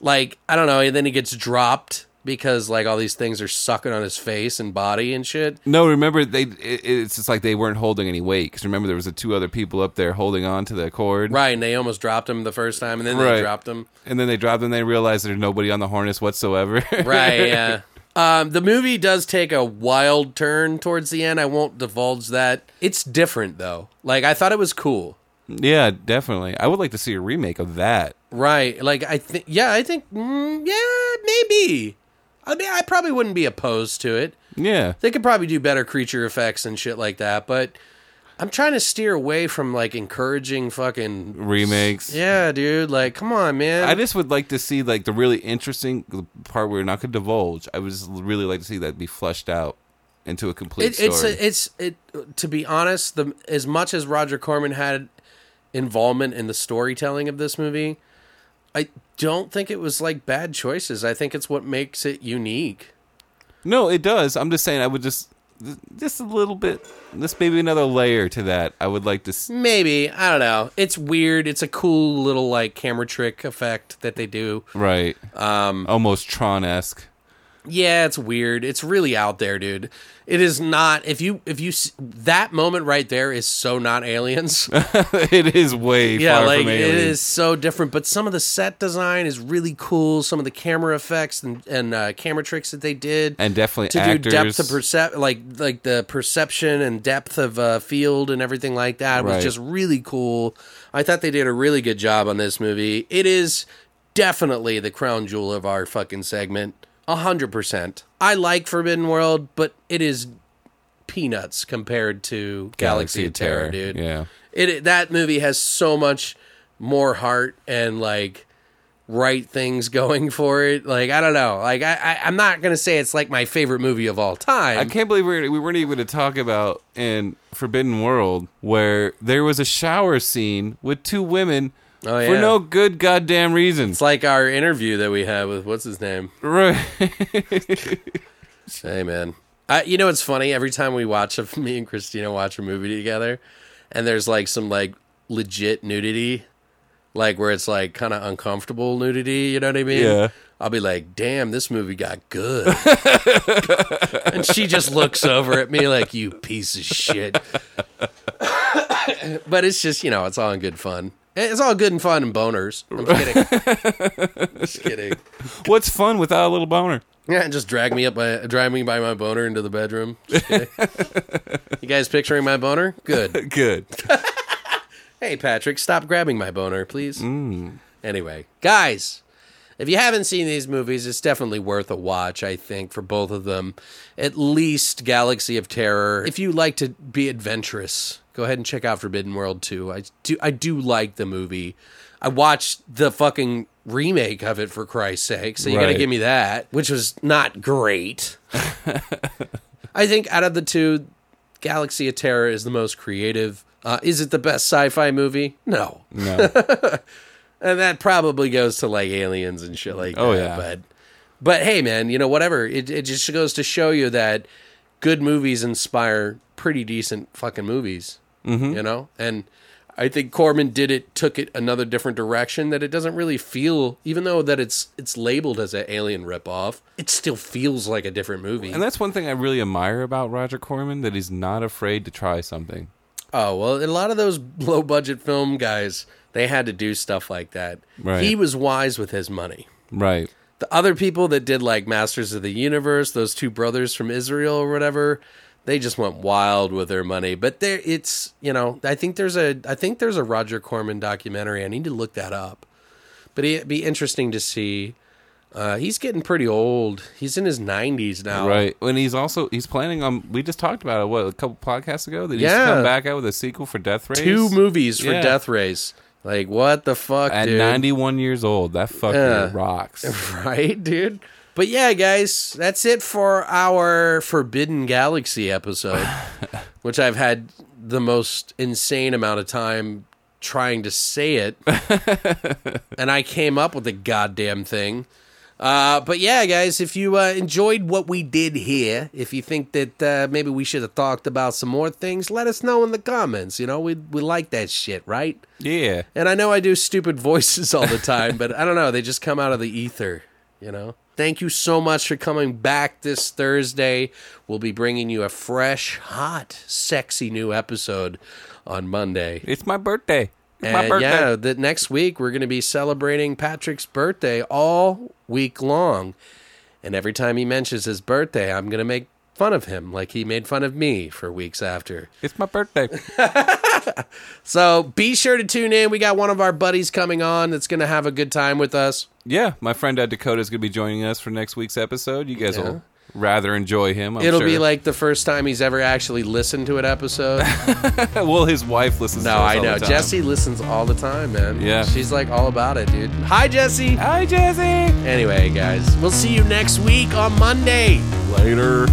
like, I don't know, and then he gets dropped because like all these things are sucking on his face and body and shit.
No, remember they. It, it's just like they weren't holding any weight because remember there was the two other people up there holding on to the cord.
Right, and they almost dropped him the first time, and then
Right.
they dropped him.
And then they dropped and they realized there's nobody on the harness whatsoever.
Right, yeah. Um, the movie does take a wild turn towards the end. I won't divulge that. It's different though. Like I thought it was cool.
yeah, definitely. I would like to see a remake of that.
Right. Like I think. Yeah, I think. Mm, yeah, maybe. I mean, I probably wouldn't be opposed to it.
Yeah.
They could probably do better creature effects and shit like that, but I'm trying to steer away from like encouraging fucking.
Remakes.
Yeah, dude. Like, come on, man.
I just would like to see like the really interesting the part where we're not going to divulge. I would just really like to see that be flushed out into a complete
it, it's
story.
a, it's it. To be honest, the as much as Roger Corman had involvement in the storytelling of this movie, I don't think it was like bad choices. I think it's what makes it unique.
no, it does. I'm just saying. I would just th- just a little bit. Just maybe another layer to that. I would like to. s
Maybe I don't know. It's weird. It's a cool little like camera trick effect that they do.
Right. Um. Almost Tron esque.
Yeah, it's weird. It's really out there, dude. It is not. If you if you s- that moment right there is so not aliens.
it is way
yeah,
far
like
from E.
it
aliens.
is so different. But some of the set design is really cool. Some of the camera effects and and uh, camera tricks that they did
and definitely
to
actors.
do depth of percep like like the perception and depth of uh, field and everything like that
Right.
was just really cool. I thought they did a really good job on this movie. It is definitely the crown jewel of our fucking segment. A hundred percent. I like Forbidden World, but it is peanuts compared to Galaxy, of Terror, dude.
Yeah.
It that movie has so much more heart and like right things going for it. Like I don't know. Like I, I I'm not gonna say it's like my favorite movie of all
I
time.
can't believe we're, we weren't even to talk about in Forbidden World where there was a shower scene with two women
Oh, yeah.
for no good goddamn reason.
It's like our interview that we had with what's his name.
Right.
Hey man, I, you know it's funny. Every time we watch a me and Christina watch a movie together, and there's like some like legit nudity, like where it's like kind of uncomfortable nudity. You know what I mean?
Yeah.
I'll be like, "Damn, this movie got good," and she just looks over at me like, "You piece of shit." but it's just you know, it's all in good fun. It's all good and fun and boners. I'm just kidding. just kidding.
What's fun without a little boner?
Yeah, just drag me up by drag me by my boner into the bedroom. Just kidding. you guys picturing my boner? Good.
Good.
Hey Patrick, stop grabbing my boner, please. Anyway, guys, if you haven't seen these movies, it's definitely worth a watch, I think, for both of them. At least Galaxy of Terror. If you like to be adventurous, go ahead and check out Forbidden World 2. I do I do like the movie. I watched the fucking remake of it for Christ's sake, so you got to
Right.
give me that, which was not great. I think out of the two, Galaxy of Terror is the most creative. Uh, is it the best sci-fi movie? No,
No.
and that probably goes to like aliens and shit like
Oh,
that.
yeah.
But but hey man, you know whatever. It it just goes to show you that good movies inspire pretty decent fucking movies. Mm-hmm. You know? And I think Corman did it took it another different direction that it doesn't really feel even though that it's it's labeled as an alien ripoff, it still feels like a different movie.
and that's one thing I really admire about Roger Corman that he's not afraid to try something.
Oh well, a lot of those low budget film guys, they had to do stuff like that.
Right.
He was wise with his money.
Right.
The other people that did like Masters of the Universe, those two brothers from Israel or whatever, they just went wild with their money. But there, it's you know, I think there's a I think there's a Roger Corman documentary. I need to look that up. But it'd be interesting to see. Uh, he's getting pretty old. He's in his nineties now.
Right. And he's also he's planning on we just talked about it what a couple podcasts ago that he's
Yeah.
come back out with a sequel for Death Race.
Two movies for
Yeah.
Death Race. Like what the fuck,
at
dude?
91 years old. That fucker
Yeah.
rocks.
right, dude. But yeah, guys, that's it for our Forbidden Galaxy episode, which I've had the most insane amount of time trying to say it, and I came up with the goddamn thing. Uh, but yeah, guys, if you uh, enjoyed what we did here, if you think that uh, maybe we should have talked about some more things, let us know in the comments. You know, we we like that shit, right?
Yeah.
And I know I do stupid voices all the time, but I don't know. They just come out of the ether, you know? Thank you so much for coming back this Thursday. We'll be bringing you a fresh, hot, sexy new episode on Monday.
It's my birthday. It's my
And
birthday.
yeah, that next week we're going to be celebrating Patrick's birthday all week long. And every time he mentions his birthday, I'm going to make fun of him like he made fun of me for weeks after.
It's my birthday.
So be sure to tune in. We got one of our buddies coming on that's going to have a good time with us.
yeah, my friend uh, Dakota is going to be joining us for next week's episode. You guys will rather enjoy him. I'm
It'll be
sure.
like the first time he's ever actually listened to an episode.
well, his wife listens.
no,
to us
I
all the
know.
time.
Jesse listens all the time, man.
Yeah.
She's like all about it, dude. Hi, Jesse.
Hi, Jesse.
Anyway, guys, we'll see you next week on Monday.
Later.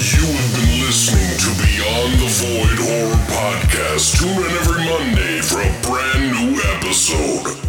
You have been listening to Beyond the Void Horror Podcast. Tune in every Monday for a brand new episode.